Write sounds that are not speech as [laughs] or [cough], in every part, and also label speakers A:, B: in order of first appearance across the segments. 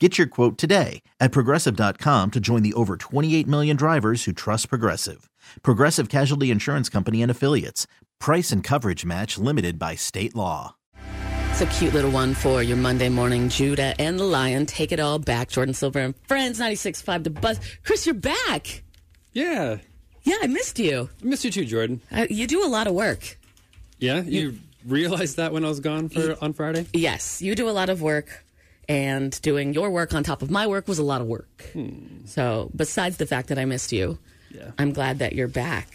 A: Get your quote today at progressive.com to join the over 28 million drivers who trust Progressive. Progressive Casualty Insurance Company and Affiliates. Price and coverage match limited by state law.
B: It's a cute little one for your Monday morning. Judah and the Lion take it all back. Jordan Silver and friends, 96.5 The Buzz. Chris, you're back.
C: Yeah.
B: Yeah, I missed you.
C: I missed you too, Jordan.
B: Uh, you do a lot of work.
C: Yeah? You, realized that when I was gone for on Friday?
B: Yes, you do a lot of work. And doing your work on top of my work was a lot of work. So, besides the fact that I missed you,
C: Yeah.
B: I'm glad that you're back.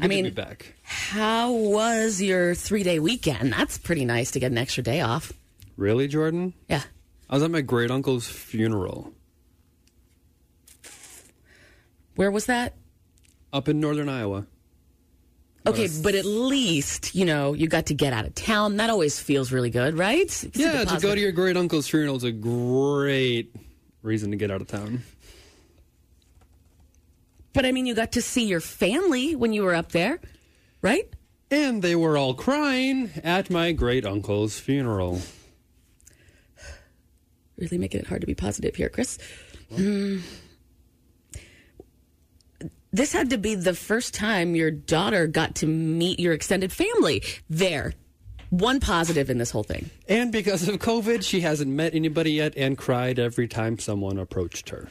B: I
C: Good to be
B: mean,
C: back.
B: how was your three day weekend? That's pretty nice to get an extra day off.
C: Really, Jordan?
B: Yeah.
C: I was at my great uncle's funeral
B: Where was that?
C: up in northern Iowa.
B: Okay, but at least, you know, you got to get out of town. That always feels really good, right? It's a
C: yeah, to go
B: deposit.
C: to your great uncle's funeral is a great reason to get out of town.
B: But I mean, you got to see your family when you were up there, right?
C: And they were all crying at my great uncle's funeral.
B: Really making it hard to be positive here, Chris. Hmm. This had to be the first time your daughter got to meet your extended family there. One positive in this whole thing.
C: And because of COVID, she hasn't met anybody yet and cried every time someone approached her.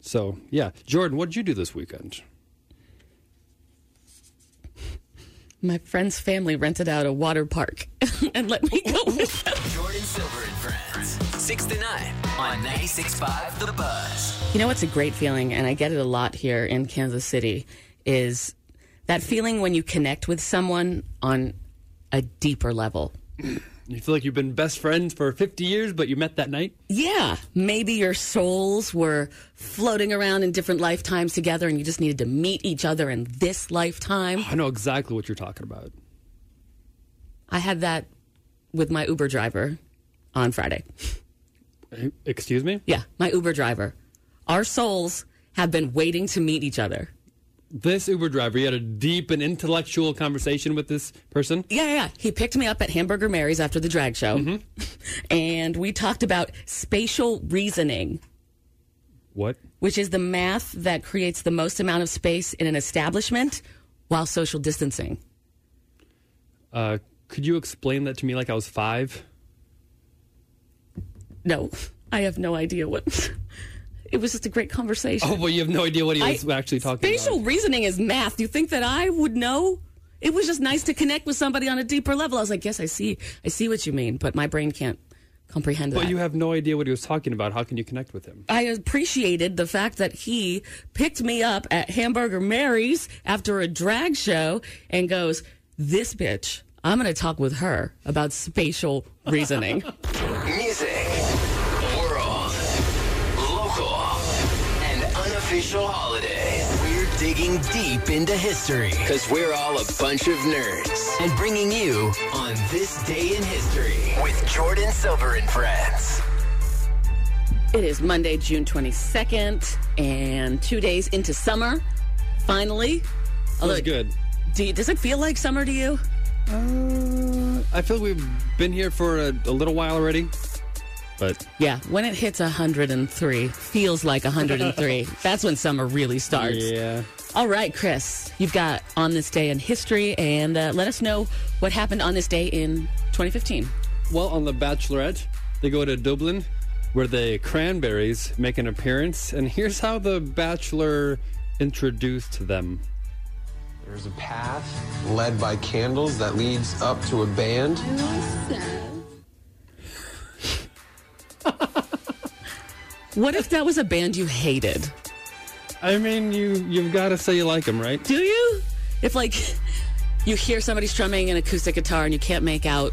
C: So, yeah. Jordan, what did you do this weekend?
B: My friend's family rented out a water park [laughs] and let me go with them.
D: Jordan Silver and Friends. 6 to 9 on 96.5 The Buzz.
B: You know what's a great feeling, and I get it a lot here in Kansas City, is that feeling when you connect with someone on a deeper level.
C: You feel like you've been best friends for 50 years, but you met that night?
B: Yeah, maybe your souls were floating around in different lifetimes together, and you just needed to meet each other in this lifetime.
C: I know exactly what you're talking about.
B: I had that with my Uber driver on Friday.
C: Eh, Excuse me?
B: Yeah, my Uber driver. Our souls have been waiting to meet each other.
C: This Uber driver, you had a deep and intellectual conversation with this person?
B: Yeah, yeah, yeah. He picked me up at Hamburger Mary's after the drag show,
C: Mm-hmm.
B: [laughs] and we talked about spatial reasoning,
C: What?
B: which is the math that creates the most amount of space in an establishment while social distancing.
C: Uh, could you explain that to me like I was five?
B: No, I have no idea what. [laughs] It was just a great conversation.
C: Oh, well, you have no idea what he
B: I-
C: was actually talking
B: Spatial
C: about.
B: reasoning is math. You think that I would know? It was just nice to connect with somebody on a deeper level. I was like, yes, I see, I see what you mean, but my brain can't comprehend that.
C: But you have no idea what he was talking about. How can you connect with him?
B: I appreciated the fact that he picked me up at Hamburger Mary's after a drag show and goes, This bitch, I'm going to talk with her about spatial reasoning.
D: Music, world, local, and unofficial holidays. We're digging deep into history because we're all a bunch of nerds and bringing you on this day in history with Jordan Silver and Friends.
B: it is Monday, June 22nd, and two days into summer, finally.
C: That was good.
B: Do you, does it feel like summer to you?
C: Uh, I feel we've been here for a, a little while already. But
B: Yeah, when it hits 103, feels like [laughs] 103. That's when summer really starts.
C: yeah.
B: All right, Chris, you've got on this day in history, and uh, let us know what happened on this day in 2015.
C: Well, on The Bachelorette, they go to Dublin where the Cranberries make an appearance, and here's how The Bachelor introduced them.
E: There's a path led by candles that leads up to a band.
B: What if that was a band you hated?
C: I mean, you you've got to say you like them, right?
B: Do you? If like you hear somebody strumming an acoustic guitar and you can't make out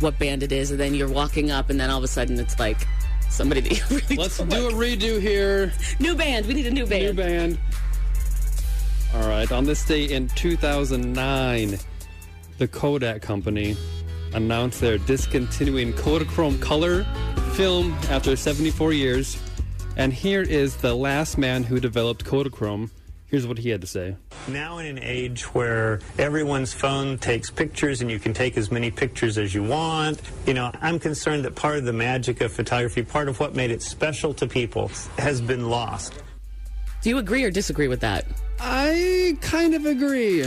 B: what band it is, and then you're walking up, and then all of a sudden it's like somebody that you [laughs] really
C: Let's
B: don't
C: do a
B: like.
C: redo here.
B: new band. We need a new band.
C: New band. All right. On this day in 2009, the Kodak company announced they're discontinuing Kodachrome color film after 74 years. And here is the last man who developed Kodachrome. Here's what he had to say.
F: Now, in an age where everyone's phone takes pictures and you can take as many pictures as you want, you know, I'm concerned that part of the magic of photography, part of what made it special to people, has been lost.
B: Do you agree or disagree with that?
C: I kind of agree.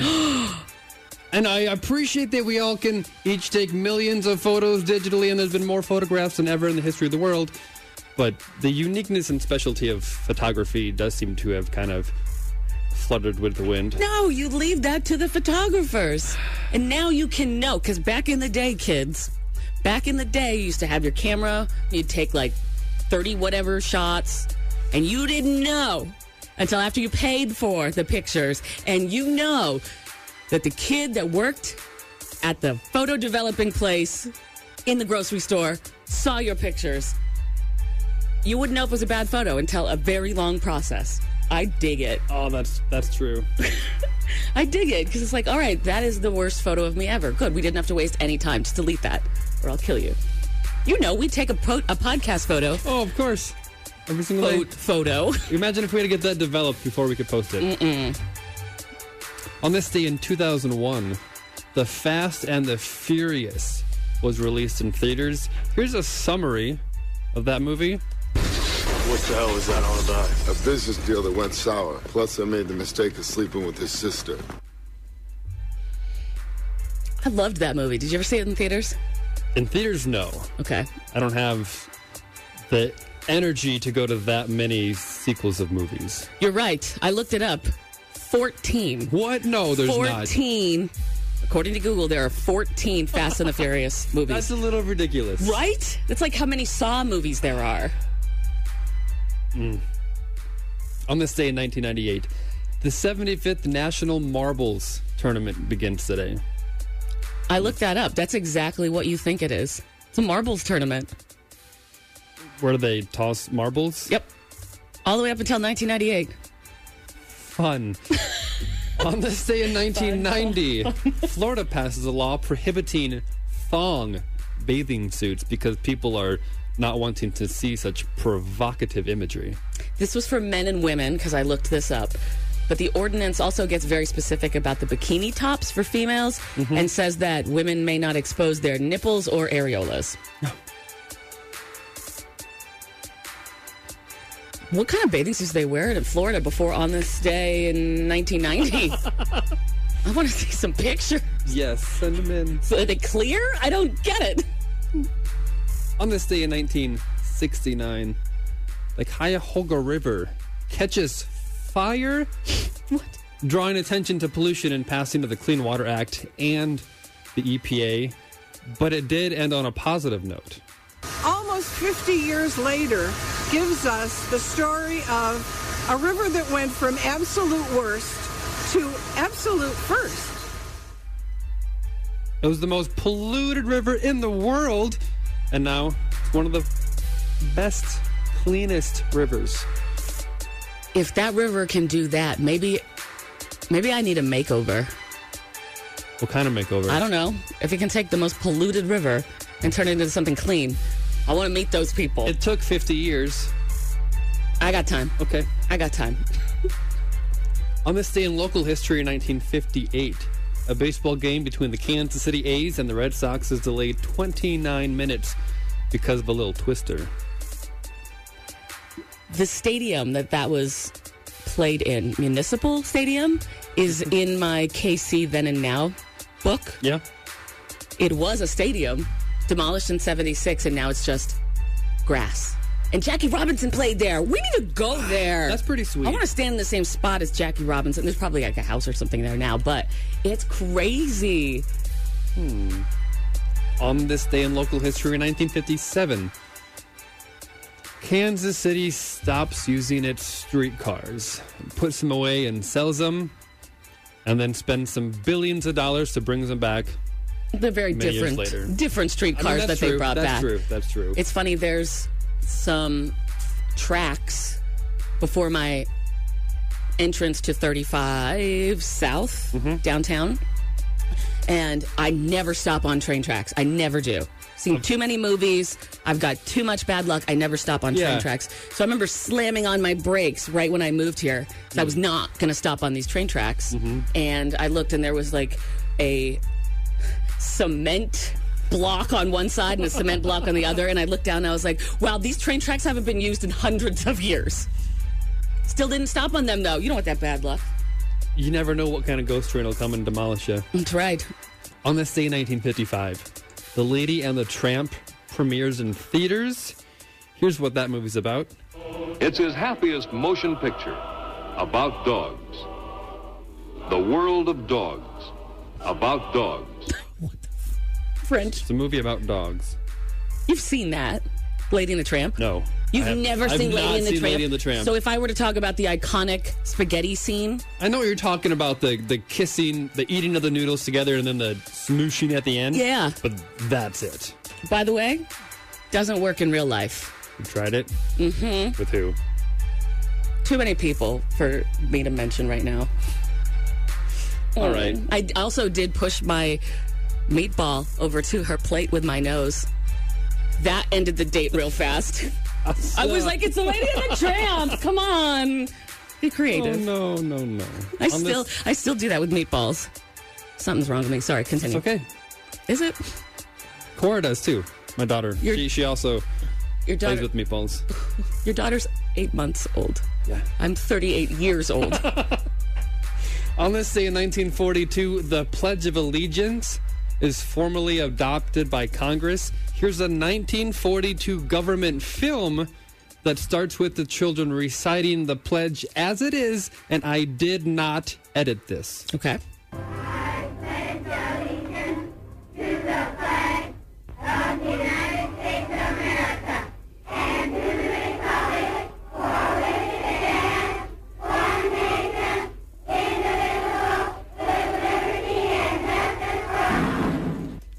C: and I appreciate that we all can each take millions of photos digitally, and there's been more photographs than ever in the history of the world. But the uniqueness and specialty of photography does seem to have kind of fluttered with the wind.
B: No, you leave that to the photographers. And now you can know, because back in the day, kids, back in the day, you used to have your camera, you'd take like 30 whatever shots, and you didn't know until after you paid for the pictures. And you know that the kid that worked at the photo developing place in the grocery store saw your pictures. You wouldn't know if it was a bad photo until a very long process. I dig it.
C: Oh, that's that's true.
B: I dig it because it's like, all right, that is the worst photo of me ever. Good, we didn't have to waste any time. Just delete that, or I'll kill you. You know, we take a po- a podcast photo,
C: Oh, of course. Every single
B: pho-
C: day.
B: photo. [laughs]
C: Imagine if we had to get that developed before we could post it. On this day in 2001, The Fast and the Furious was released in theaters. Here's a summary of that movie.
G: What the hell is that all about?
H: A business deal that went sour. Plus, I made the mistake of sleeping with his sister.
B: I loved that movie. Did you ever see it in theaters?
C: In theaters, no.
B: Okay,
C: I don't have the energy to go to that many sequels of movies.
B: you're right. I looked it up. Fourteen.
C: What? No, there's not.
B: Fourteen. According to Google, there are
C: [laughs]
B: fourteen Fast and the Furious movies.
C: That's a little ridiculous.
B: right? That's like how many Saw movies there are.
C: On this day in 1998, the 75th National Marbles Tournament begins today.
B: I looked that up. That's exactly what you think it is. It's a marbles tournament.
C: Where do they toss marbles?
B: Yep. All the way up until 1998.
C: fun. On this day in 1990, Florida passes a law prohibiting thong bathing suits because people are not wanting to see such provocative imagery.
B: This was for men and women because I looked this up. But the ordinance also gets very specific about the bikini tops for females and says that women may not expose their nipples or [laughs] areolas. what kind of bathing suits they wear in Florida before on this day in [laughs] 1990? I want to see some pictures.
C: Yes, send them in.
B: Are they clear? I don't get it.
C: On this day in 1969, the Cuyahoga River catches fire, [laughs]
B: What?
C: drawing attention to pollution and passing of the Clean Water Act and the EPA, but it did end on a positive note.
I: almost 50 years later, gives us the story of a river that went from absolute worst to absolute first.
C: It was the most polluted river in the world, and now it's one of the best, cleanest rivers.
B: if that river can do that, maybe maybe I need a makeover.
C: What kind of makeover?
B: I don't know. If it can take the most polluted river and turn it into something clean, I want to meet those people.
C: It took 50 years.
B: I got time.
C: Okay.
B: I got time.
C: On this day in local history in 1958, a baseball game between the Kansas City A's and the Red Sox is delayed 29 minutes because of a little twister.
B: The stadium that that was played in, Municipal Stadium, is
C: Mm-hmm.
B: in my KC Then and Now book.
C: Yeah.
B: It was a stadium demolished in 76 and now it's just grass. And Jackie Robinson played there. We need to
C: [sighs]
B: go there.
C: That's pretty sweet.
B: I want to stand in the same spot as Jackie Robinson. There's probably like a house or something there now, but it's crazy.
C: Hmm. On this day in local history in 1957, Kansas City stops using its streetcars, puts them away and sells them, and then spends some billions of dollars to bring them back.
B: They're very
C: many years
B: different,
C: later.
B: different streetcars
C: that's
B: that they
C: true.
B: brought
C: That's
B: back.
C: true. That's true.
B: It's funny. There's some tracks before my entrance to 35 South downtown, and I never stop on train tracks. I never do. Seen too many movies. I've got too much bad luck. I never stop on
C: Yeah.
B: train tracks. So I remember slamming on my brakes right when I moved here. So I was not going to stop on these train tracks. And I looked, and there was like a cement block on one side and a cement block on the other. And I looked down and I was like, wow, these train tracks haven't been used in hundreds of years. Still didn't stop on them though. You don't want that bad luck.
C: You never know what kind of ghost train will come and demolish you.
B: That's right.
C: On this day in 1955, The Lady and the Tramp premieres in theaters. Here's what that movie's about.
J: It's his happiest motion picture about dogs. The world of dogs. About dogs.
B: French.
C: It's a movie about dogs.
B: You've seen that. Lady and the Tramp.
C: No.
B: You've
C: I have-
B: never
C: I've
B: seen, Lady,
C: not
B: and the
C: seen
B: Tramp.
C: Lady and the Tramp.
B: So if I were to talk about the iconic spaghetti scene,
C: I know what you're talking about the the kissing, the eating of the noodles together, and then the smooshing at the end.
B: Yeah.
C: But that's it.
B: by the way, doesn't work in real life.
C: You tried it?
B: Mm-hmm.
C: With who?
B: Too many people for me to mention right now. Um,
C: All right.
B: I also did push my meatball over to her plate with my nose. That ended the date real
C: [laughs]
B: fast. I was like, it's the lady and the tramp. Come on. Be creative.
C: Oh, no, no, no.
B: I
C: On
B: still
C: this-
B: I still do that with meatballs. Something's wrong with me. Sorry, continue.
C: It's [laughs] okay.
B: Is it?
C: Cora does too. My daughter.
B: Your-
C: She, she also
B: Your
C: plays
B: daughter
C: with meatballs.
B: your daughter's eight months old.
C: Yeah.
B: I'm thirty eight years
C: [laughs]
B: old.
C: On this day in 1942, the Pledge of Allegiance is formally adopted by Congress. Here's a 1942 government film that starts with the children reciting the pledge as it is, and I did not edit this.
B: Okay.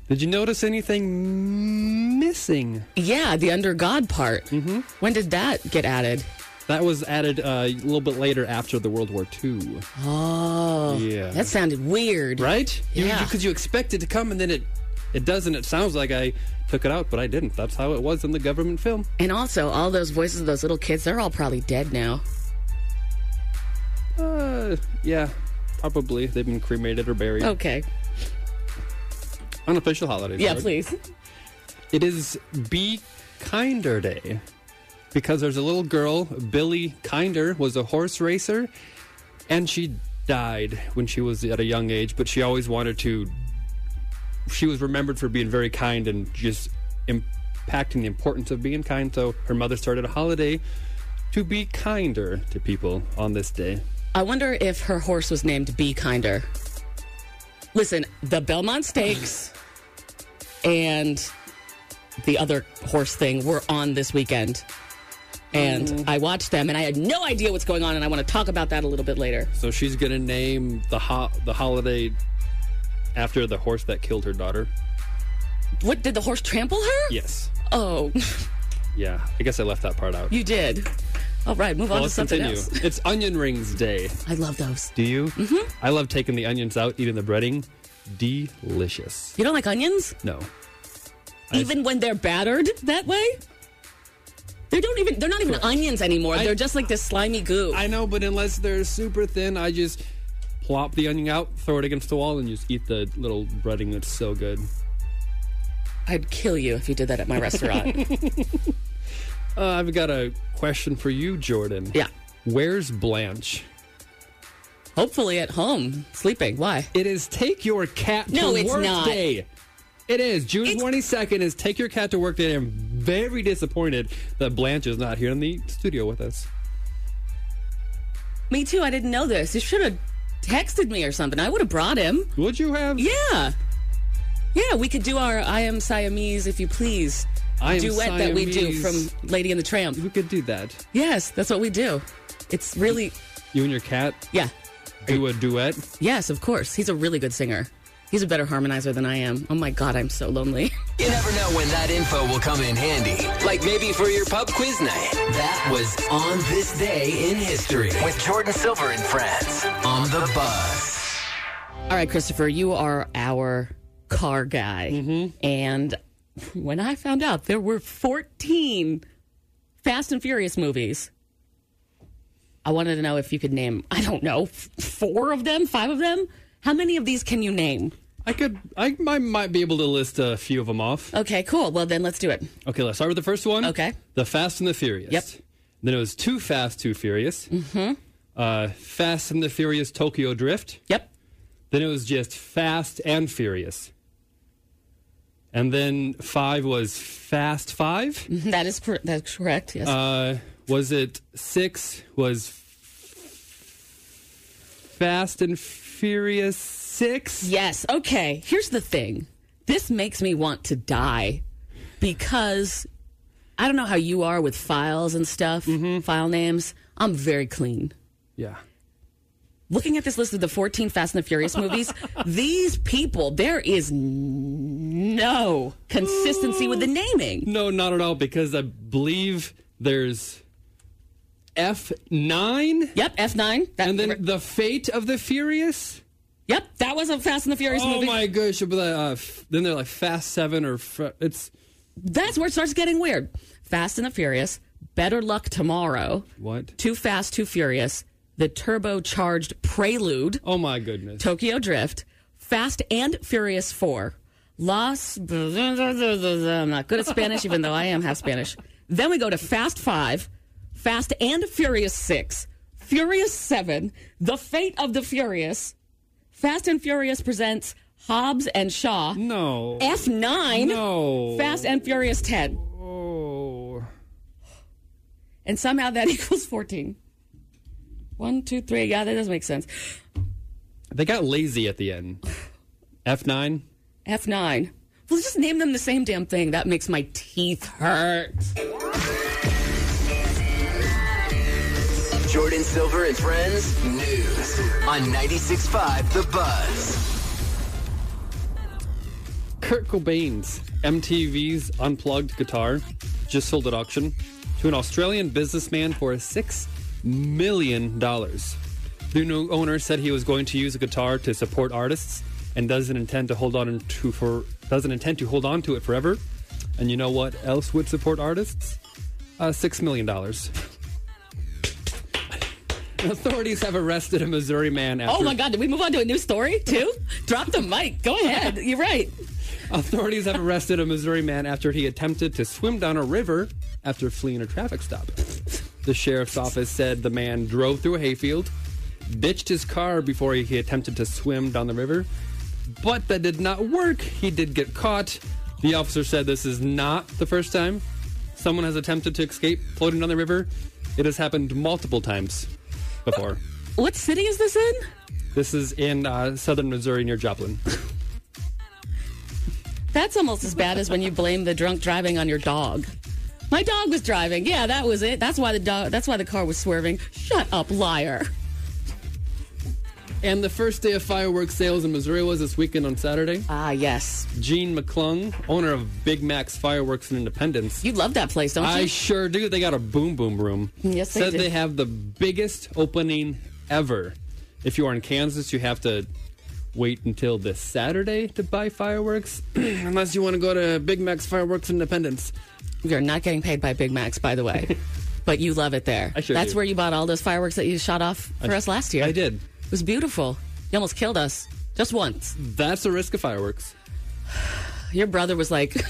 C: Did you notice anything missing?
B: Yeah, the under God part. Mm-hmm. When did that get added?
C: That was added uh, a little bit later after the World War II.
B: Oh.
C: Yeah.
B: That sounded weird.
C: Right?
B: Yeah.
C: Because you, expect it to come and then it, it doesn't. It sounds like I took it out, but I didn't. That's how it was in the government film.
B: And also, all those voices of those little kids, they're all probably dead now.
C: Uh, yeah, probably. They've been cremated or buried.
B: Okay.
C: Unofficial holidays.
B: Oh. Yeah,
C: right?
B: please.
C: It is Be Kinder Day because there's a little girl, Billy Kinder, was a horse racer, and she died when she was at a young age. But she always wanted to. She was remembered for being very kind and just impacting the importance of being kind. So her mother started a holiday to be kinder to people on this day.
B: I wonder if her horse was named Be Kinder. Listen, the Belmont Stakes and the other horse thing were on this weekend. And
C: Mm-hmm.
B: I watched them and I had no idea what's going on, and I want to talk about that a little bit later.
C: So she's gonna name the ho- the holiday after the horse that killed her daughter.
B: What did the horse trample her?
C: Yes.
B: Oh, [laughs]
C: Yeah. I guess I left that part out.
B: you did. All right, move
C: well,
B: on to
C: let's
B: something
C: continue.
B: else.
C: It's onion rings day.
B: I love those.
C: Do you? Mm-hmm. I love taking the onions out, eating the breading. Delicious.
B: You don't like onions?
C: No.
B: even when they're battered that way? They don't even they're not even onions anymore.
C: I-
B: they're just like this slimy goo.
C: I know, but unless they're super thin, I just plop the onion out, throw it against the wall, and just eat the little breading. That's so good.
B: I'd kill you if you did that at my [laughs] restaurant.
C: Uh, I've got a question for you, Jordan.
B: Yeah.
C: Where's Blanche?
B: Hopefully at home, sleeping. Why?
C: It is Take Your Cat
B: No,
C: to
B: it's
C: Work
B: not.
C: Day. It is. June
B: It's-
C: 22nd is Take Your Cat to Work Day, and very disappointed that Blanche is not here in the studio with us.
B: Me too. I didn't know this. You should have texted me or something. I would have brought him.
C: Would you have?
B: Yeah. Yeah, we could do our I Am Siamese, if you please,
C: I Am
B: duet that we do
C: Siamese.
B: from Lady and the Tramp.
C: We could do that.
B: Yes, that's what we do. It's really,
C: You and your cat
B: yeah.
C: do a duet.
B: Yes, of course. He's a really good singer. He's a better harmonizer than I am. Oh my God, I'm so lonely. [laughs]
D: You never know when that info will come in handy. Like maybe for your pub quiz night. That was on this day in history with Jordan Silver and friends on the bus.
B: All right, Christopher, you are our car guy. Mm-hmm. And when I found out there were 14 Fast and Furious movies, I wanted to know if you could name, I don't know, f- four of them, five of them? How many of these can you name?
C: I could. I might, might be able to list a few of them off.
B: Okay, cool. Well, then let's do it.
C: Okay, let's start with the first one.
B: Okay.
C: The Fast and the Furious.
B: Yep.
C: Then it was Too Fast, Too Furious. Mm-hmm. Uh, Fast and the Furious Tokyo Drift.
B: Yep.
C: Then it was just Fast and Furious. And then five was Fast Five.
B: [laughs] That is cor- that's correct. Yes.
C: Uh, was it six? Was Fast and Furious Six?
B: Yes. Okay. Here's the thing. This makes me want to die because I don't know how you are with files and stuff,
C: Mm-hmm.
B: file names. I'm very clean.
C: Yeah.
B: Looking at this list of the 14 Fast and the
C: [laughs]
B: Furious movies, these people, there is n- no consistency with the naming.
C: No, not at all, because I believe there's F9
B: Yep, F9. That,
C: and then The Fate of the Furious.
B: yep, that was a Fast and the Furious
C: Oh
B: movie.
C: my gosh. but, uh, f- then they're like Fast 7 or f- it's
B: That's where it starts getting weird. Fast and the Furious, Better Luck Tomorrow,
C: what?
B: Too Fast, Too Furious, The Turbocharged Prelude,
C: Oh my goodness.
B: Tokyo Drift, Fast and Furious 4, Los. I'm not good at Spanish, even though I am half Spanish. Then we go to Fast 5, Fast and Furious 6, Furious 7, The Fate of the Furious, Fast and Furious presents Hobbs and Shaw,
C: No.
B: F9,
C: No.
B: Fast and Furious 10.
C: Oh.
B: And somehow that [laughs] equals 14. One, two, three. Yeah, that does make sense.
C: They got lazy at the end. F9?
B: F9. Well, just name them the same damn thing. That makes my teeth hurt.
D: Jordan Silver and friends news on 96.5 The Buzz.
C: Kurt Cobain's MTV's unplugged guitar just sold at auction to an Australian businessman for six million dollars. The new owner said he was going to use a guitar to support artists and doesn't intend to hold on to for doesn't intend to hold on to it forever. And you know what else would support artists? Uh, six million dollars. [laughs] Authorities have arrested a Missouri man after
B: Oh my God, did we move on to a new story too? Drop the mic. Go ahead. You're right.
C: Authorities have arrested a Missouri man after he attempted to swim down a river after fleeing a traffic stop. The sheriff's office said the man drove through a hayfield, ditched his car before he attempted to swim down the river, but that did not work. He did get caught. The officer said this is not the first time someone has attempted to escape floating down the river. It has happened multiple times before.
B: What city is this in?
C: This is in uh, southern Missouri near Joplin.
B: That's almost as bad as when you blame the drunk driving on your dog. My dog was driving. Yeah, that was it. That's why the dog. That's why the car was swerving. Shut up, liar.
C: And the first day of fireworks sales in Missouri was this weekend on Saturday.
B: Ah, yes.
C: Gene McClung, owner of Big Mac's Fireworks in Independence.
B: You love that place, don't you?
C: I sure do. They got a boom boom room.
B: Yes, they
C: Said
B: do.
C: they have the biggest opening ever. If you are in Kansas, you have to wait until this Saturday to buy fireworks, [clears throat] unless you want to go to Big Mac's Fireworks in Independence.
B: You're not getting paid by Big Macs, by the [laughs] way. but you love it there.
C: I sure
B: That's
C: do.
B: where you bought all those fireworks that you shot off for us last year.
C: I did.
B: It was beautiful. You almost killed us. Just once.
C: That's the risk of fireworks.
B: Your brother was like [laughs]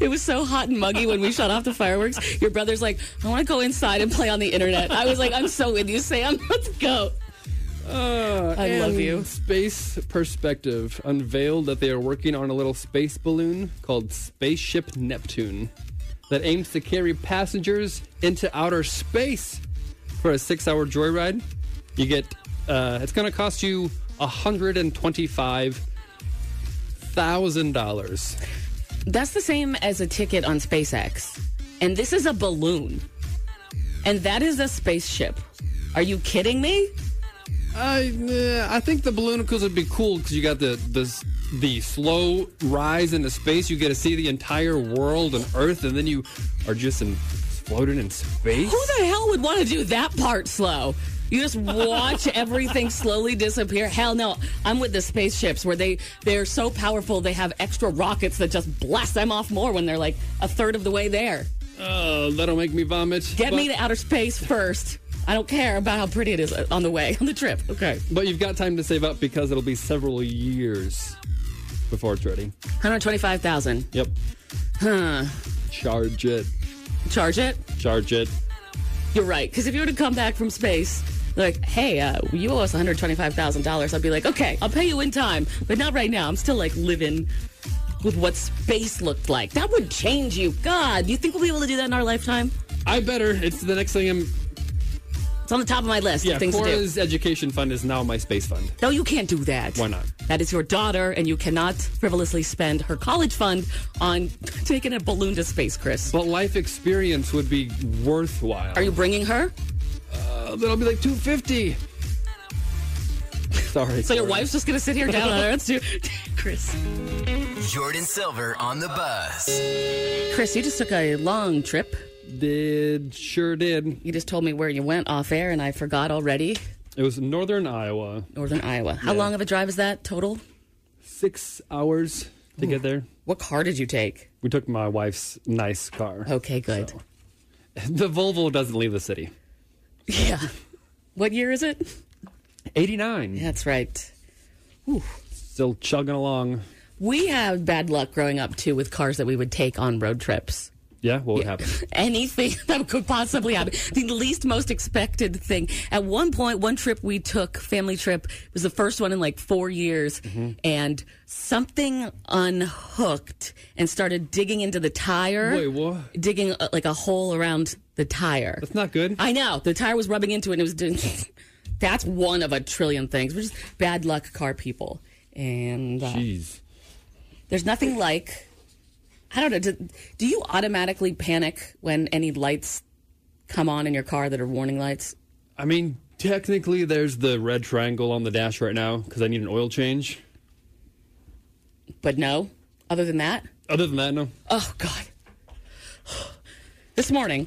B: It was so hot and muggy when we shut off the fireworks. Your [laughs] brother's like, I want to go inside and play on the internet. I was like, I'm so with you, Sam. Let's go.
C: Uh,
B: I
C: and
B: love you.
C: Space Perspective unveiled that they are working on a little space balloon called Spaceship Neptune that aims to carry passengers into outer space for a six-hour joyride. You get uh, it's going to cost you hundred and twenty-five thousand dollars.
B: That's the same as a ticket on SpaceX. And this is a balloon. And that is a spaceship. Are you kidding me?
C: I uh, I think the balloon because it'd be cool because you got the the the slow rise into space. You get to see the entire world and Earth, and then you are just in, floating in space.
B: Who the hell would want to do that part slow? You just watch everything slowly disappear. Hell no. I'm with the spaceships where they they're so powerful they have extra rockets that just blast them off more when they're like a third of the way there.
C: Oh, that'll make me vomit.
B: Get
C: But-
B: me to outer space first. I don't care about how pretty it is on the way, on the trip. Okay.
C: But you've got time to save up because it'll be several years before it's ready.
B: 125,000.
C: Yep.
B: Huh.
C: Charge it.
B: Charge it?
C: Charge it.
B: You're right. Because if you were to come back from space, like, hey, uh, you owe us $125,000, I'd be like, okay, I'll pay you in time, but not right now. I'm still like living with what space looked like. That would change you. God, do you think we'll be able to do that in our lifetime?
C: I better. It's the next thing I'm.
B: It's on the top of my list
C: Yeah,
B: of things to do.
C: Cora's education fund is now my space fund.
B: No, you can't do that.
C: Why not?
B: That is your daughter, and you cannot frivolously spend her college fund on [laughs] taking a balloon to space, Chris.
C: But life experience would be worthwhile.
B: Are you bringing her?
C: Uh, that'll be like two fifty. [laughs] Sorry.
B: So your
C: Cora.
B: wife's just gonna sit here down on Earth too, [laughs] Chris.
D: Jordan Silver on the bus.
B: Chris, you just took a long trip.
C: Did sure did.
B: You just told me where you went off air, and I forgot already.
C: It was northern Iowa.
B: Northern Iowa. How
C: Yeah.
B: long of a drive is that total?
C: Six hours to get there.
B: What car did you take?
C: We took my wife's nice car.
B: Okay, good.
C: [laughs] The Volvo doesn't leave the city.
B: [laughs] Yeah. What year is it?
C: 89.
B: That's right.
C: Still chugging along.
B: We had bad luck growing up too with cars that we would take on road trips.
C: Yeah, what would happen? [laughs]
B: anything [laughs] that could possibly happen. The least most expected thing. At one point, one trip we took, family trip, it was the first one in like four years, and something unhooked and started digging into the tire.
C: Wait, what?
B: Digging uh, like a hole around the tire.
C: That's not good.
B: I know. The tire was rubbing into it and it was doing. [laughs] That's one of a trillion things. We're just bad luck car people. And uh,
C: Jeez.
B: there's nothing like I don't know. Do, do you automatically panic when any lights come on in your car that are warning lights?
C: I mean, technically, there's the red triangle on the dash right now because I need an oil change.
B: But no. Other than that,
C: Other than that, no.
B: oh god. This morning,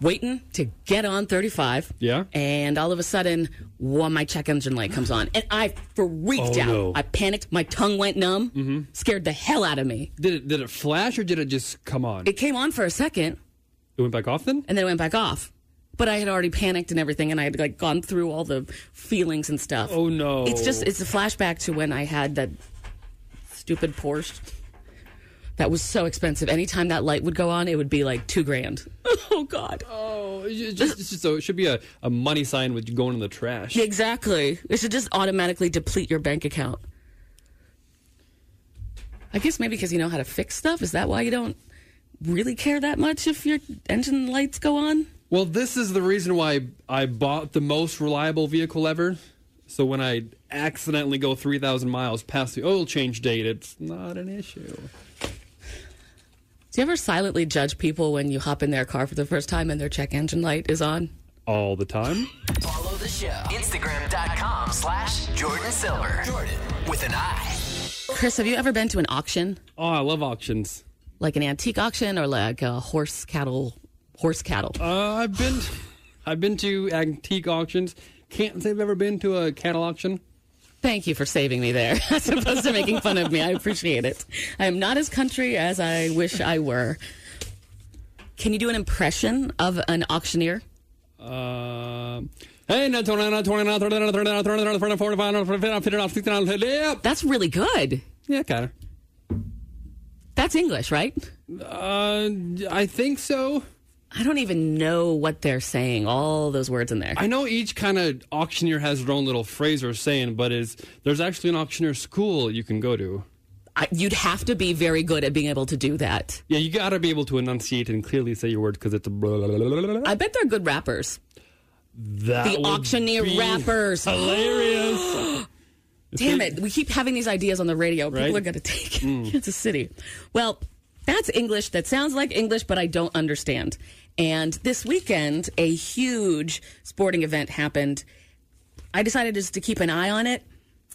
B: waiting to get on 35.
C: Yeah?
B: And all of a sudden, one my check engine light comes on, and I freaked
C: Oh,
B: out.
C: no. Mm-hmm.
B: I panicked. My tongue went numb. Scared the hell out of me.
C: Did it did it flash or did it just come on?
B: It came on for a second,
C: It went back off then?
B: and then it went back off. But I had already panicked and everything, and I had like gone through all the feelings and stuff.
C: Oh no.
B: It's just it's a flashback to when I had that stupid Porsche that was so expensive. Anytime that light would go on, it would be like two grand. [laughs] Oh God.
C: Oh, it's just, it's just so it should be a, a money sign with you going in the trash.
B: Exactly. It should just automatically deplete your bank account. I guess maybe because you know how to fix stuff. Is that why you don't really care that much if your engine lights go on?
C: Well, this is the reason why I bought the most reliable vehicle ever. So when I accidentally go 3,000 miles past the oil change date, it's not an issue.
B: Do you ever silently judge people when you hop in their car for the first time and their check engine light is on?
C: All the time?
D: Follow the show. Instagram.com slash Jordan Silver. Jordan with an I.
B: Chris, have you ever been to an auction?
C: Oh, I love auctions.
B: like an antique auction or like a horse cattle horse cattle
C: Uh, I've been I've been to antique auctions. Can't say I've ever been to a cattle auction.
B: thank you for saving me there [laughs] as opposed to making fun of me i appreciate it i am not as country as i wish i were can you do an impression of an auctioneer
C: Um, Hey, now turn around, turn around, turn around, turn around, turn around, turn around, turn around, turn around, turn around, turn around, turn around, turn around.
B: that's really good
C: Yeah, kind of.
B: that's english right
C: Uh, I think so.
B: I don't even know what they're saying. All those words in there.
C: I know each kind of auctioneer has their own little phrase or saying, but is there's actually an auctioneer school you can go to.
B: I, you'd have to be very good at being able to do that.
C: Yeah, you got to be able to enunciate and clearly say your words because it's a blah, blah, blah, blah, blah, blah.
B: I bet they're good rappers.
C: That
B: the
C: would
B: auctioneer
C: be
B: rappers.
C: Hilarious.
B: Damn it. We keep having these ideas on the radio. People
C: Right?
B: are going to take [laughs] Kansas City. Well, that's English. That sounds like English, but I don't understand. And this weekend, a huge sporting event happened. I decided just to keep an eye on it.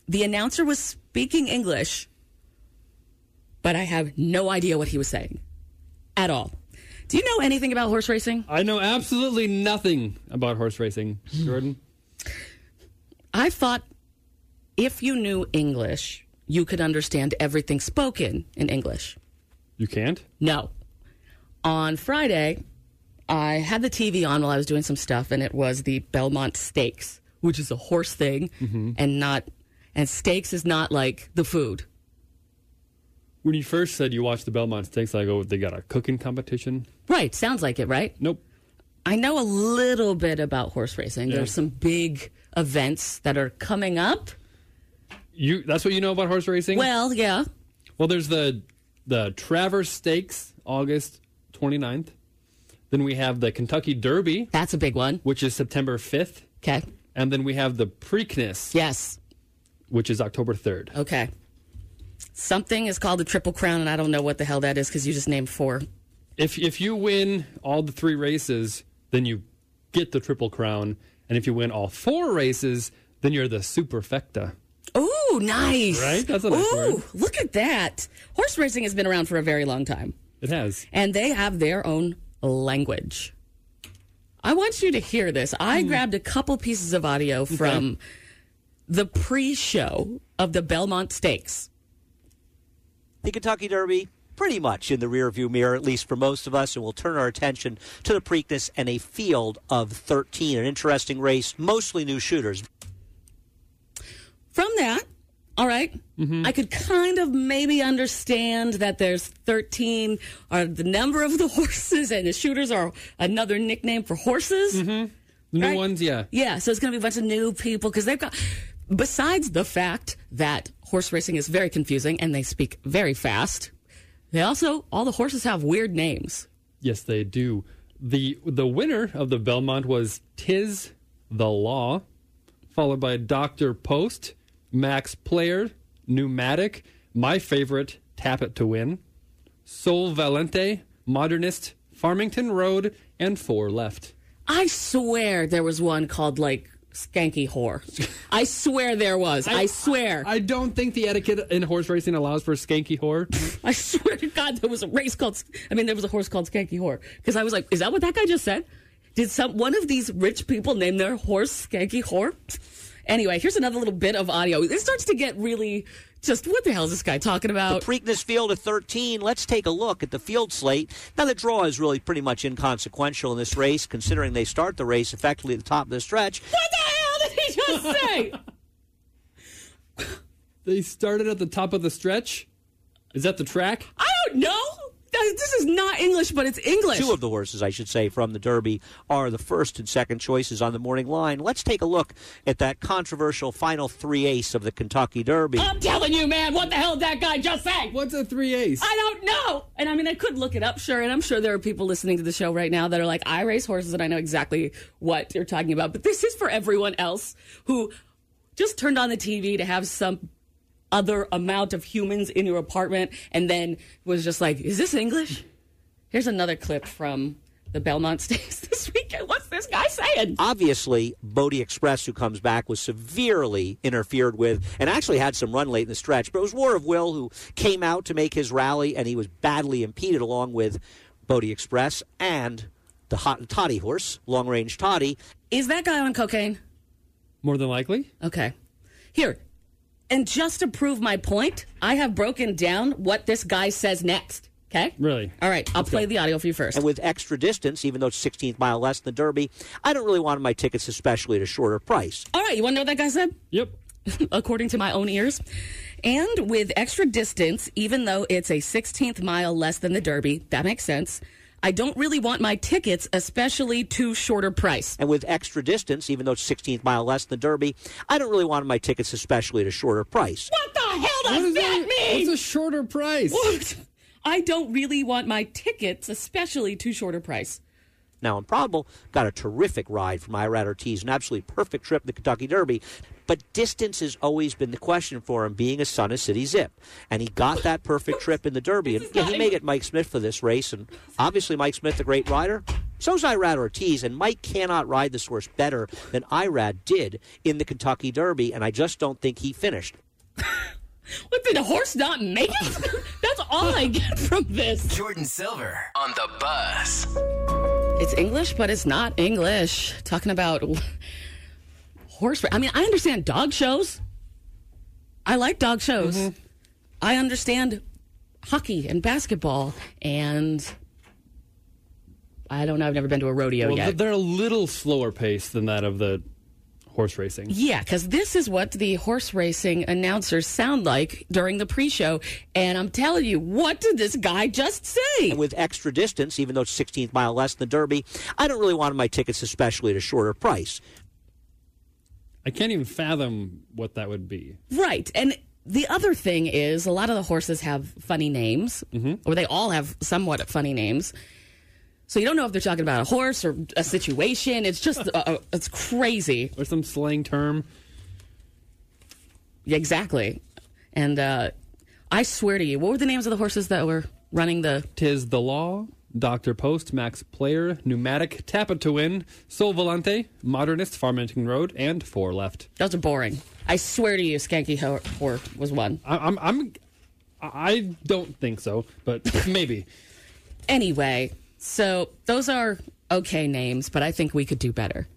B: The announcer was speaking English, but I have no idea what he was saying at all. Do you know anything about horse racing?
C: I know absolutely nothing about horse racing, Jordan.
B: I thought if you knew English, you could understand everything spoken in English.
C: You can't?
B: No. On Friday, I had the TV on while I was doing some stuff, and it was the Belmont Steaks, which is a horse thing, and not and steaks is not like the food.
C: When you first said you watched the Belmont Stakes, I go, they got a cooking competition.
B: Right? Sounds like it, right?
C: Nope.
B: I know a little bit about horse racing.
C: Yeah.
B: There's some big events that are coming up.
C: You that's what you know about horse racing?
B: Well, yeah.
C: Well, there's the the Traverse Stakes, August 29th. Then we have the Kentucky Derby.
B: That's a big one.
C: Which is September 5th.
B: Okay.
C: And then we have the Preakness.
B: Yes.
C: Which is October 3rd.
B: Okay. Something is called the Triple Crown, and I don't know what the hell that is because you just named four.
C: If if you win all the three races, then you get the Triple Crown. And if you win all four races, then you're the Superfecta.
B: Ooh, nice.
C: Right? That's a nice
B: Ooh,
C: word.
B: look at that. Horse racing has been around for a very long time,
C: It has.
B: and they have their own language. I want you to hear this.
C: Hmm.
B: I grabbed a couple pieces of audio from the pre show of the Belmont Stakes.
K: the Kentucky Derby pretty much in the rearview mirror, at least for most of us, and we'll turn our attention to the Preakness and a field of 13. An interesting race, mostly new shooters.
B: From that, all right,
C: Mm-hmm.
B: I could kind of maybe understand that there's 13 are the number of the [laughs] horses, and the shooters are another nickname for horses. Mm-hmm.
C: The new ones, yeah.
B: Yeah, so it's going to be a bunch of new people because they've got, besides the fact that horse racing is very confusing and they speak very fast, they also, all the horses have weird names.
C: Yes, they do. the The winner of the Belmont was Tiz the Law, followed by Doctor Post, Max Player, Pneumatic, my favorite Tappet to win, Sol Valente, Modernist, Farmington Road, and four left.
B: I swear there was one called like Skanky Whore. I swear there was. I, swear.
C: I don't think the etiquette in horse racing allows for
B: [laughs]
C: skanky whore.
B: I swear to God, there was a race called, I mean, there was a horse called Skanky Whore. Because I was like, is that what that guy just said? Did some one of these rich people name their horse Skanky Whore? Anyway, here's another little bit of audio. It starts to get really just what the hell is this guy talking
K: The
B: about?
K: Preakness field of 13. Let's take a look at the field slate. Now, the draw is really pretty much inconsequential in this race, considering they start the race effectively at the top of the stretch.
B: What the hell did he
K: [laughs]
B: just say?
C: they started at the top of the stretch. Is that the track?
B: I don't know. That- This is not English, but it's English.
K: Two of the horses, I should say, from the Derby are the first and second choices on the morning line. Let's take a look at that controversial final three ace of the Kentucky Derby.
B: I'm telling you, man, what the hell did that guy just say?
C: What's a three ace?
B: I don't know. And I mean, I could look it up, sure. And I'm sure there are people listening to the show right now that are like, I race horses and I know exactly what you're talking about. But this is for everyone else who just turned on the TV to have some other amount of humans in your apartment and then was just like, is this English? Here's another clip from the Belmont [laughs] Stakes this weekend. What's this guy saying?
K: Obviously, Bodie Express, who comes back, was severely interfered with and actually had some run late in the stretch. But it was War of Will who came out to make his rally, and he was badly impeded along with Bodie Express and the hot toddy horse, long range toddy.
B: Is that guy on cocaine?
C: More than likely.
B: Okay. Here. And just to prove my point, I have broken down what this guy says next. Okay?
C: Really?
B: All right, I'll play the audio for you first.
K: And with extra distance, even though it's 16th mile less than the Derby, I don't really want my tickets, especially at a shorter price.
B: All right, you want to know what that guy said? [laughs]
C: Yep.
B: According to my own ears. And with extra distance, even though it's a 16th mile less than the Derby, that makes sense. I don't really want my tickets, especially to shorter price.
K: And with extra distance, even though it's 16th mile less than the Derby, I don't really want my tickets, especially at a shorter price.
B: What the hell does that, mean?
L: What's a shorter price?
B: What? [laughs] I don't really want my tickets, especially to shorter price.
K: Now, Improbable got a terrific ride from Irad Ortiz, an absolutely perfect trip in the Kentucky Derby. But distance has always been the question for him, being a son of City Zip. And he got that perfect trip in the Derby. And yeah, he may get Mike Smith for this race. And obviously, Mike Smith, a great rider. So's Irad Ortiz. And Mike cannot ride this horse better than Irad did in the Kentucky Derby. And I just don't think he finished.
B: What did the horse not make it? [laughs] That's all I get from this.
D: Jordan Silver on the bus.
B: It's English, but it's not English. Talking about horse. ra- I mean, I understand dog shows. I like dog shows. I understand hockey and basketball, and I don't know. I've never been to a rodeo
C: Well,
B: yet.
C: th- they're a little slower pace than that of the horse racing.
B: Yeah, because this is what the horse racing announcers sound like during the pre show. And I'm telling you, what did this guy just say?
K: And with extra distance, even though it's 16th mile less than the Derby, I don't really want my tickets, especially at a shorter price.
C: I can't even fathom what that would be.
B: Right. And the other thing is, a lot of the horses have funny names, or they all have somewhat funny names. So you don't know if they're talking about a horse or a situation. It's just, uh, it's crazy.
C: Or some slang term.
B: Yeah, exactly. And uh, I swear to you, what were the names of the horses that were running the.
C: Tis the law, Dr. Post, Max Player, Pneumatic, Tapatuin, Sol Volante, Modernist, Farmington Road, and Four Left.
B: Those are boring. I swear to you, Skanky Ho- Whore was one.
C: I, I'm, I'm, I don't think so, but [laughs] maybe.
B: Anyway, so those are okay names, but I think we could do better.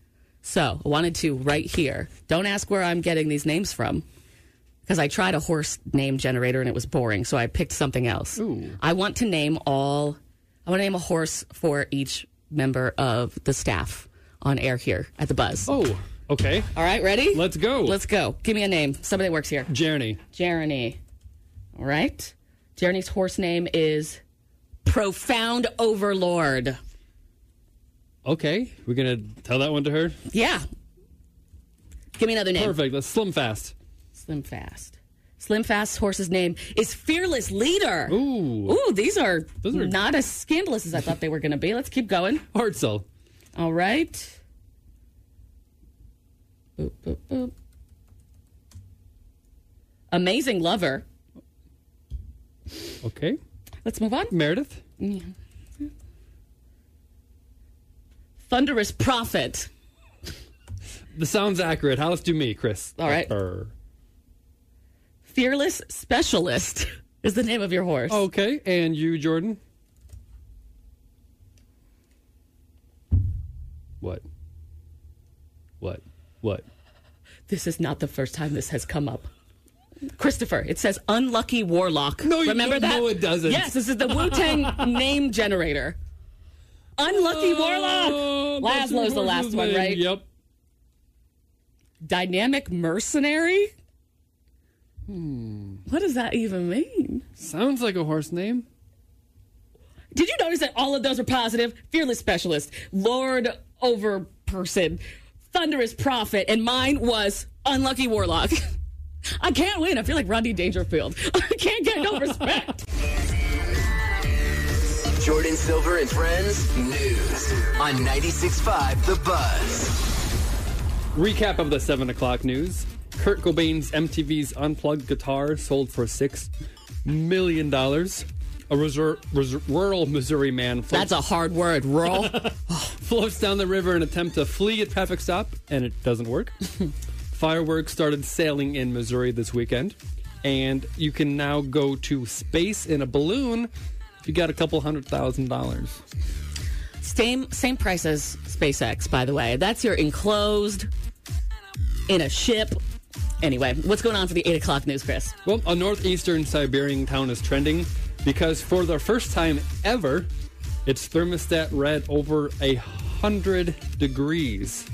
B: So I wanted to right here. Don't ask where I'm getting these names from because I tried a horse name generator and it was boring, so I picked something else. I want to name all, I want to name a horse for each member of the staff on air here at the Buzz.
C: Oh, okay.
B: All right, ready?
C: Let's go.
B: Let's go. Give me a name. Somebody that works here.
C: Jeremy.
B: Jeremy. All right. Jeremy's horse name is Profound Overlord.
C: Okay, we're gonna tell that one to her.
B: Yeah. Give me another name.
C: Perfect. Let's slim fast.
B: Slim Fast. Slim Fast's horse's name is Fearless Leader.
C: Ooh.
B: Ooh, these are,
C: Those are-
B: not as scandalous as I thought they were going to be. Let's keep going.
C: Hard sell.
B: All right. Boop, boop, boop. Amazing Lover.
C: Okay.
B: Let's move on.
C: Meredith.
B: Thunderous Prophet.
C: The sound's accurate. How let's do me, Chris?
B: All right.
C: Or-
B: Fearless Specialist [laughs] is the name of your horse.
C: Okay, and you, Jordan. What? What? What?
B: This is not the first time this has come up. Christopher, it says Unlucky Warlock. No,
C: you
B: Remember
C: don't-
B: that?
C: no, it doesn't.
B: Yes, this is the Wu
C: [laughs]
B: Tang name generator. Unlucky
C: Oh,
B: Warlock!
C: that's
B: Laszlo's
C: your
B: the last
C: horse's
B: one,
C: name.
B: right?
C: Yep.
B: Dynamic Mercenary? Hmm. What does that even mean?
C: Sounds like a horse name.
B: Did you notice that all of those are positive? Fearless Specialist, Lord Over Person, Thunderous Prophet, and mine was Unlucky Warlock. [laughs] I can't win. I feel like Rodney Dangerfield. [laughs] I can't get no respect.
D: Jordan Silver and Friends News on 96.5 The Buzz.
C: Recap of the 7 o'clock news. Kurt Cobain's MTV's unplugged guitar sold for $6 million. A reser- reser- rural Missouri man
B: [laughs]
C: floats,
B: That's a hard word, rural.
C: floats down the river in an attempt to flee a traffic stop, and it doesn't work. Fireworks started sailing in Missouri this weekend, and you can now go to space in a balloon if you got a couple hundred thousand dollars.
B: same same price as SpaceX, by the way. That's your enclosed in a ship. Anyway, what's going on for the eight o'clock news, Chris?
C: Well, a northeastern Siberian town is trending because for the first time ever, its thermostat read over a hundred degrees.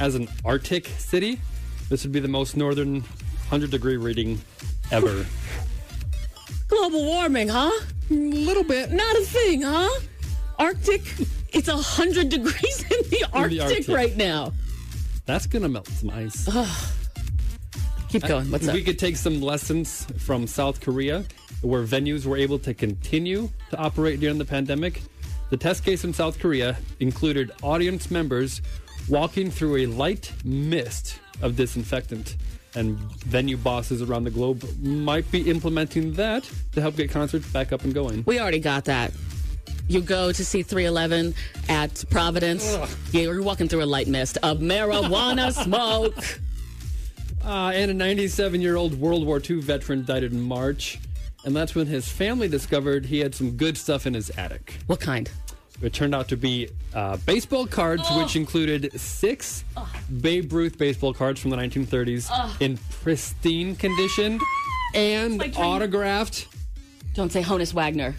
C: As an Arctic city, this would be the most northern hundred degree reading ever.
B: Global warming, huh?
C: Little bit.
B: Not a thing, huh? Arctic. It's 100 degrees in the Arctic,
C: Arctic.
B: right now.
C: That's gonna melt some ice.
B: Keep going. What's
C: Uh,
B: up?
C: We could take some lessons from South Korea, where venues were able to continue to operate during the pandemic. The test case in South Korea included audience members walking through a light mist of disinfectant, and venue bosses around the globe might be implementing that to help get concerts back up and going.
B: We already got that. You go to see 311 at Providence.
C: Ugh.
B: Yeah, you're walking through a light mist of marijuana smoke.
C: Uh, and a 97 year old World War II veteran died in March. And that's when his family discovered he had some good stuff in his attic.
B: What kind?
C: It turned out to be uh, baseball cards, which included six Babe Ruth baseball cards from the 1930s
B: Ugh.
C: in pristine condition and autographed
B: Don't say Honus Wagner.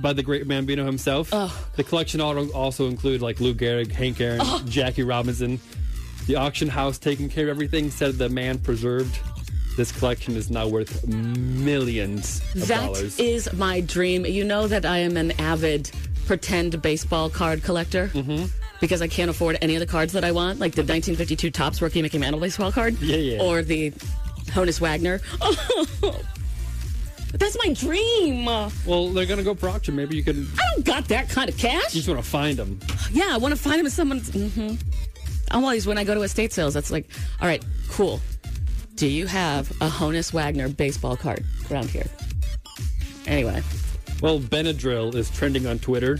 C: by the great Bambino himself. the collection al- also include like Lou Gehrig, Hank Aaron,
B: Oh.
C: Jackie Robinson. The auction house taking care of everything said the man preserved this collection is now worth millions of
B: That
C: dollars.
B: is my dream. You know that I am an avid pretend baseball card collector
C: Mm-hmm.
B: because I can't afford any of the cards that I want, like the 1952 Topps Rookie Mickey Mantle baseball card,
C: Yeah, yeah.
B: or the Honus Wagner. [laughs] that's my dream. I
C: well, they're gonna go for auction. Maybe you can. You
B: don't got that kind of cash.
C: just want to find them.
B: Yeah, I want to find him in someone's. Mm-hmm. Always when I go to estate sales, that's like, all right, cool. Do you have a Honus Wagner baseball card around here? Anyway,
C: Well, Benadryl is trending on Twitter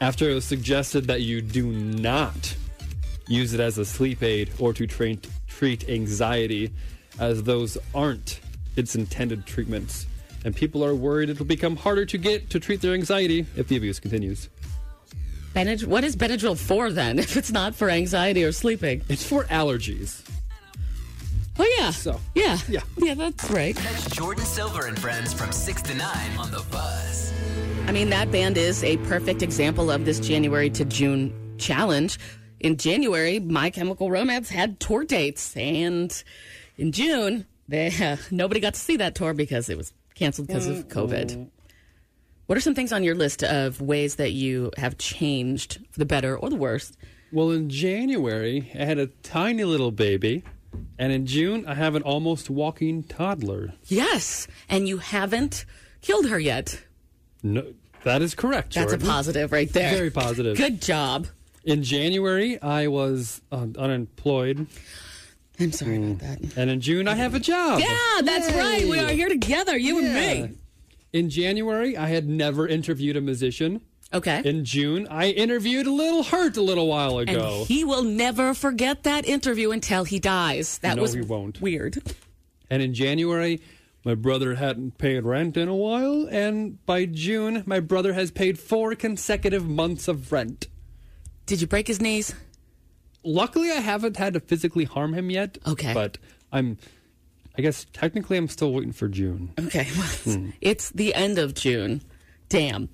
C: after it was suggested that you do not use it as a sleep aid or to train, treat anxiety, as those aren't its intended treatments. And people are worried it'll become harder to get to treat their anxiety if the abuse continues.
B: Benadryl, what is Benadryl for then [laughs] if it's not for anxiety or sleeping?
C: It's for allergies.
B: Oh, yeah.
C: So,
B: yeah.
C: Yeah.
B: Yeah, that's right.
D: Catch Jordan Silver and friends from 6 to 9 on The Buzz.
B: I mean, that band is a perfect example of this January to June challenge. In January, My Chemical Romance had tour dates, and in June, they, [laughs] nobody got to see that tour because it was canceled because of
C: Mm.
B: COVID. What are some things on your list of ways that you have changed for the better or the worse?
C: Well, in January, I had a tiny little baby. And in June, I have an almost walking toddler.
B: Yes, and you haven't killed her yet.
C: No, that is correct.
B: That's a
C: Jordan.
B: positive right there.
C: Very positive.
B: Good job.
C: In January, I was um, unemployed.
B: I'm sorry about that.
C: And in June, I have a job.
B: Yeah, that's right. We are here together, you and me.
C: In January, I had never interviewed a musician.
B: Okay.
C: In June, I interviewed Little Hurt a little while
B: And
C: ago.
B: he will never forget that interview until he dies. That
C: No,
B: was
C: he won't.
B: weird.
C: and in January, my brother hadn't paid rent in a while. And by June, my brother has paid four consecutive months of rent.
B: Did you break his knees?
C: Luckily, I haven't had to physically harm him yet.
B: Okay.
C: But I'm, I guess technically, I'm still waiting for June.
B: Okay. well, it's-
C: Hmm.
B: It's the end of June. Damn.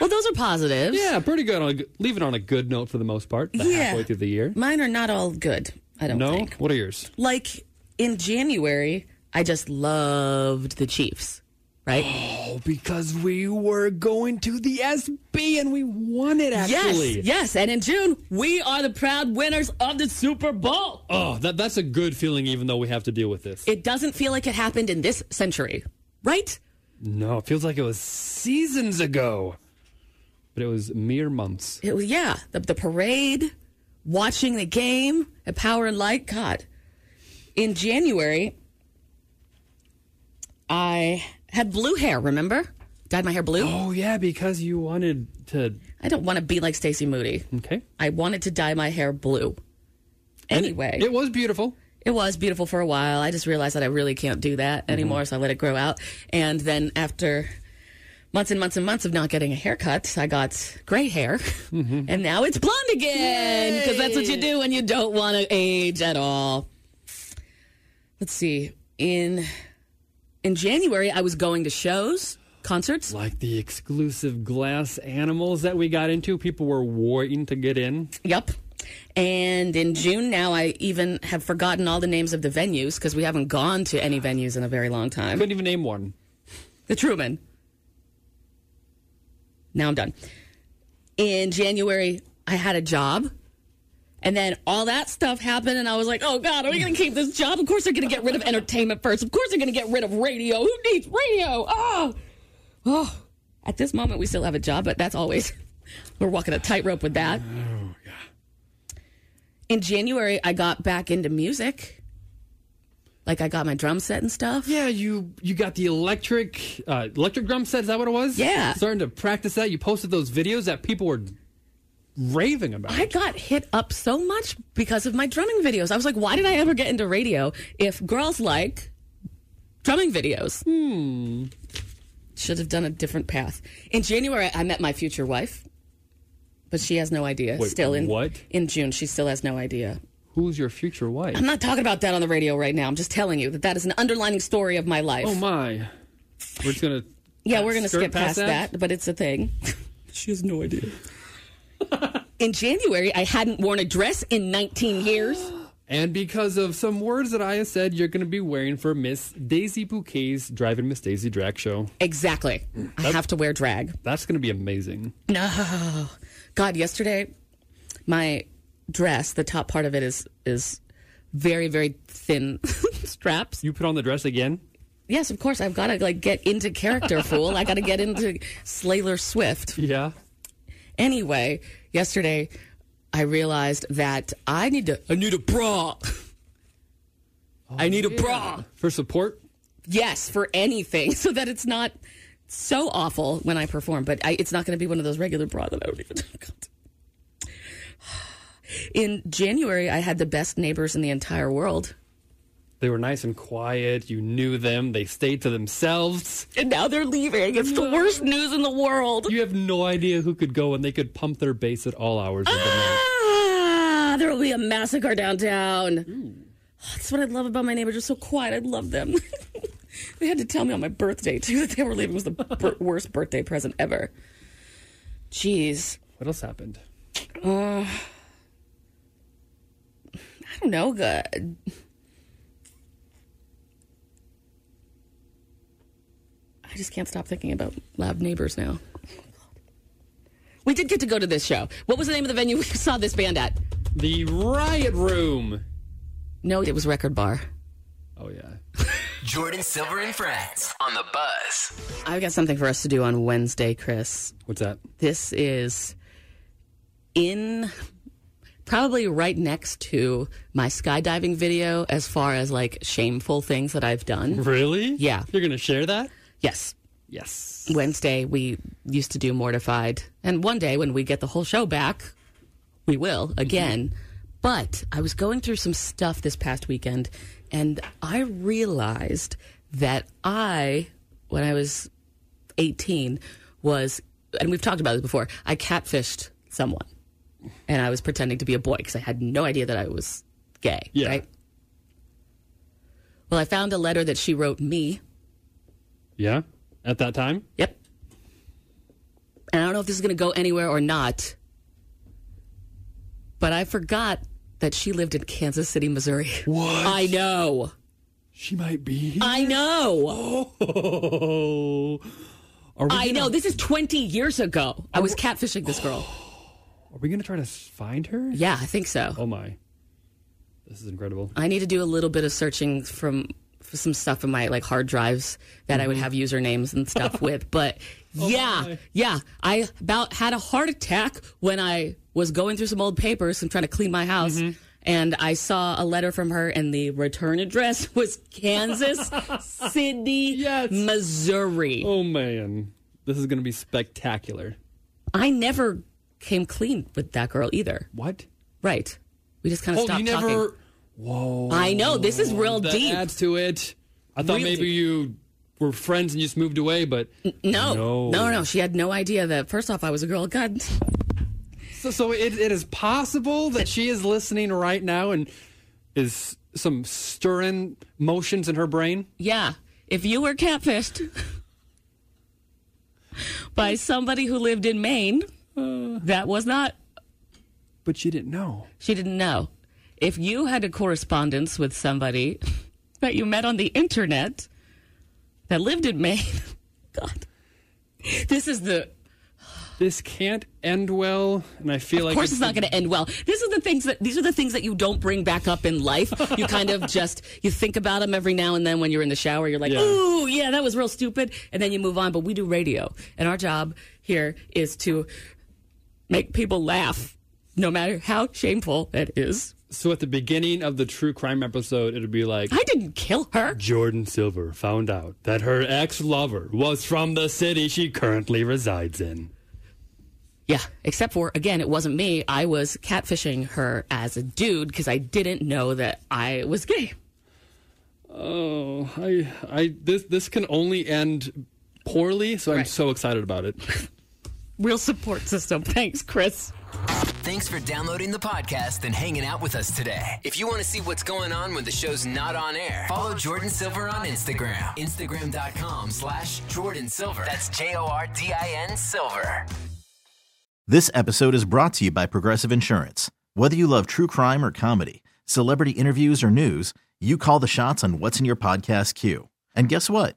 B: Well, those are positives.
C: Yeah, pretty good. On a, good- leave it on a good note for the most part. The
B: Yeah.
C: Halfway through the year.
B: Mine are not all good, I don't
C: no?
B: think.
C: What are yours?
B: Like in January, I just loved the Chiefs, right?
C: Oh, because we were going to the SB and we won it
B: yes. Yes. And in June, we are the proud winners of the Super Bowl.
C: Oh, that, that's a good feeling, even though we have to deal with this.
B: It doesn't feel like it happened in this century, right?
C: no, it feels like it was seasons ago, but it was mere months.
B: It was yeah, the, the parade, watching the game at Power and Light. God, in January, I had blue hair. Remember, dyed my hair blue.
C: Oh, yeah, because you wanted to.
B: I don't want to be like Stacey Moody.
C: Okay.
B: I wanted to dye my hair blue. Anyway,
C: It was beautiful.
B: It was beautiful for a while. I just realized that I really can't do that anymore, so I let it grow out. And then after months and months and months of not getting a haircut, I got gray hair, and now it's blonde again because that's what you do when you don't want to age at all. Let's see. In in January, I was going to shows, concerts.
C: Like the exclusive glass animals that we got into, people were waiting to get in.
B: Yep. And in June now, I even have forgotten all the names of the venues because we haven't gone to any venues in a very long time.
C: Couldn't even name one.
B: The Truman. Now I'm done. in January, I had a job. And then all that stuff happened, and I was like, oh God, are we going to keep this job? Of course they're going to get rid of entertainment first. Of course they're going to get rid of radio. Who needs radio? Oh. oh. At this moment, we still have a job, but that's always, [laughs] we're walking a tightrope with that. In January, I got back into music. Like I got my drum set and stuff.
C: Yeah, you you got the electric uh, electric drum set. Is that what it was?
B: Yeah.
C: Starting to practice that. You posted those videos that people were raving about.
B: I got hit up so much because of my drumming videos. I was like, why did I ever get into radio if girls like drumming videos? Hmm. Should have done a different path. In January, I met my future wife, but she has no idea.
C: Wait,
B: still in
C: what?
B: In June, she still has no idea.
C: Who's your future wife?
B: I'm not talking about that on the radio right now. I'm just telling you that that is an underlining story of my life.
C: Oh my. We're just gonna.
B: Yeah, we're going to
C: skirt
B: skip past that? but it's a thing. [laughs] she has no idea. in January, I hadn't worn a dress in 19 years.
C: And because of some words that I said, you're going to be wearing for Miss Daisy Bouquet's Driving Miss Daisy drag show.
B: Exactly. I have to wear drag.
C: That's going to be amazing.
B: No. God, yesterday my dress, the top part of it is is very very thin [laughs] straps.
C: You put on the dress again?
B: Yes, of course I've got to like get into character fool. I got to get into Slayer Swift.
C: Yeah.
B: Anyway, yesterday I realized that I need to I need a bra. I need a bra.
C: For support?
B: Yes, for anything, [laughs] so that it's not so awful when I perform. But I, it's not going to be one of those regular bra that I don't even. [laughs] God. [sighs] In January, I had the best neighbors in the entire world,
C: They were nice and quiet. You knew them. They stayed to themselves.
B: and now they're leaving. It's the worst news in the world.
C: You have no idea who could go and they could pump their bass at all hours of the night.
B: Ah, [sighs] there will be a massacre downtown. That's what I love about my neighbors. They're so quiet. I love them. [laughs] they had to tell me on my birthday too [laughs] that they were leaving was the bir- worst birthday present ever. Jeez.
C: What else happened?
B: Uh, I don't know. The, I just can't stop thinking about loud neighbors now. We did get to go to this show. What was the name of the venue we saw this band at?
C: The Riot Room.
B: No, it was Record Bar.
C: Oh, yeah.
D: Jordan Silver and Friends on the Buzz.
B: I've got something for us to do on Wednesday, Chris.
C: What's that?
B: This is in probably right next to my skydiving video as far as like shameful things that I've done.
C: Really?
B: Yeah.
C: You're going to share that?
B: Yes.
C: Yes.
B: Wednesday, we used to do Mortified. And one day when we get the whole show back, we will again. But I was going through some stuff this past weekend and I realized that I, when I was 18, was, and we've talked about this before, I catfished someone and I was pretending to be a boy because I had no idea that I was gay.
C: Yeah.
B: Right? Well, I found a letter that she wrote me
C: Yeah? At that time?
B: Yep. And I don't know if this is going to go anywhere or not, but I forgot that she lived in Kansas City, Missouri.
C: What?
B: I know.
C: She might be.
B: I know.
C: [laughs] Oh. Are we
B: I
C: gonna-
B: know. This is 20 years ago. I was catfishing this girl.
C: Are we going to try to find her?
B: Yeah, I think so.
C: Oh, my. This is incredible.
B: I need to do a little bit of searching from for some stuff in my like hard drives that I
C: Mm-hmm.
B: would have usernames and
C: [laughs]
B: stuff with. But
C: Oh,
B: yeah, yeah, I about had a heart attack when I was going through some old papers and trying to clean my house.
C: Mm-hmm.
B: And I saw a letter from her, and the return address [laughs] was
C: [laughs]
B: Kansas City, Missouri.
C: Oh, man. This is going to be spectacular.
B: I never came clean with that girl either.
C: What?
B: Right. We just kind of
C: oh,
B: stopped
C: you
B: talking.
C: never. Whoa.
B: I know. This is real
C: that
B: deep.
C: adds to it. I thought
B: Real
C: maybe
B: deep.
C: you were friends and you just moved away, but
B: No.
C: No.
B: no, no. She had no idea that first off I was a girl. God,
C: so so it, it is possible that she is listening right now and is some stirring motions in her brain.
B: yeah. If you were catfished [laughs] by somebody who lived in Maine, that was not.
C: But she didn't know.
B: She didn't know. If you had a correspondence with somebody [laughs] that you met on the internet [laughs] that lived in Maine, God, this is the
C: This can't end well, and I feel
B: Of
C: like
B: course, it's not going to end well. These are the things that these are the things that you don't bring back up in life. You kind
C: [laughs]
B: of just you think about them every now and then when you're in the shower. You're like,
C: Yeah.
B: ooh, yeah, that was real stupid, and then you move on. But we do radio, and our job here is to make people laugh, no matter how shameful it is.
C: So at the beginning of the true crime episode, it'll be like,
B: I didn't kill her.
C: Jordan Silver found out that her ex lover was from the city she currently resides in.
B: Yeah, except for again, it wasn't me. I was catfishing her as a dude because I didn't know that I was gay.
C: Oh, I, I, this, this can only end poorly. So I'm so excited about it.
B: Real support system. [laughs] Thanks, Chris.
D: Thanks for downloading the podcast and hanging out with us today. If you want to see what's going on when the show's not on air, follow Jordan Silver on Instagram. Instagram.com slash Jordan Silver. That's J O R D I N Silver.
A: This episode is brought to you by Progressive Insurance. Whether you love true crime or comedy, celebrity interviews or news, you call the shots on what's in your podcast queue. And guess what?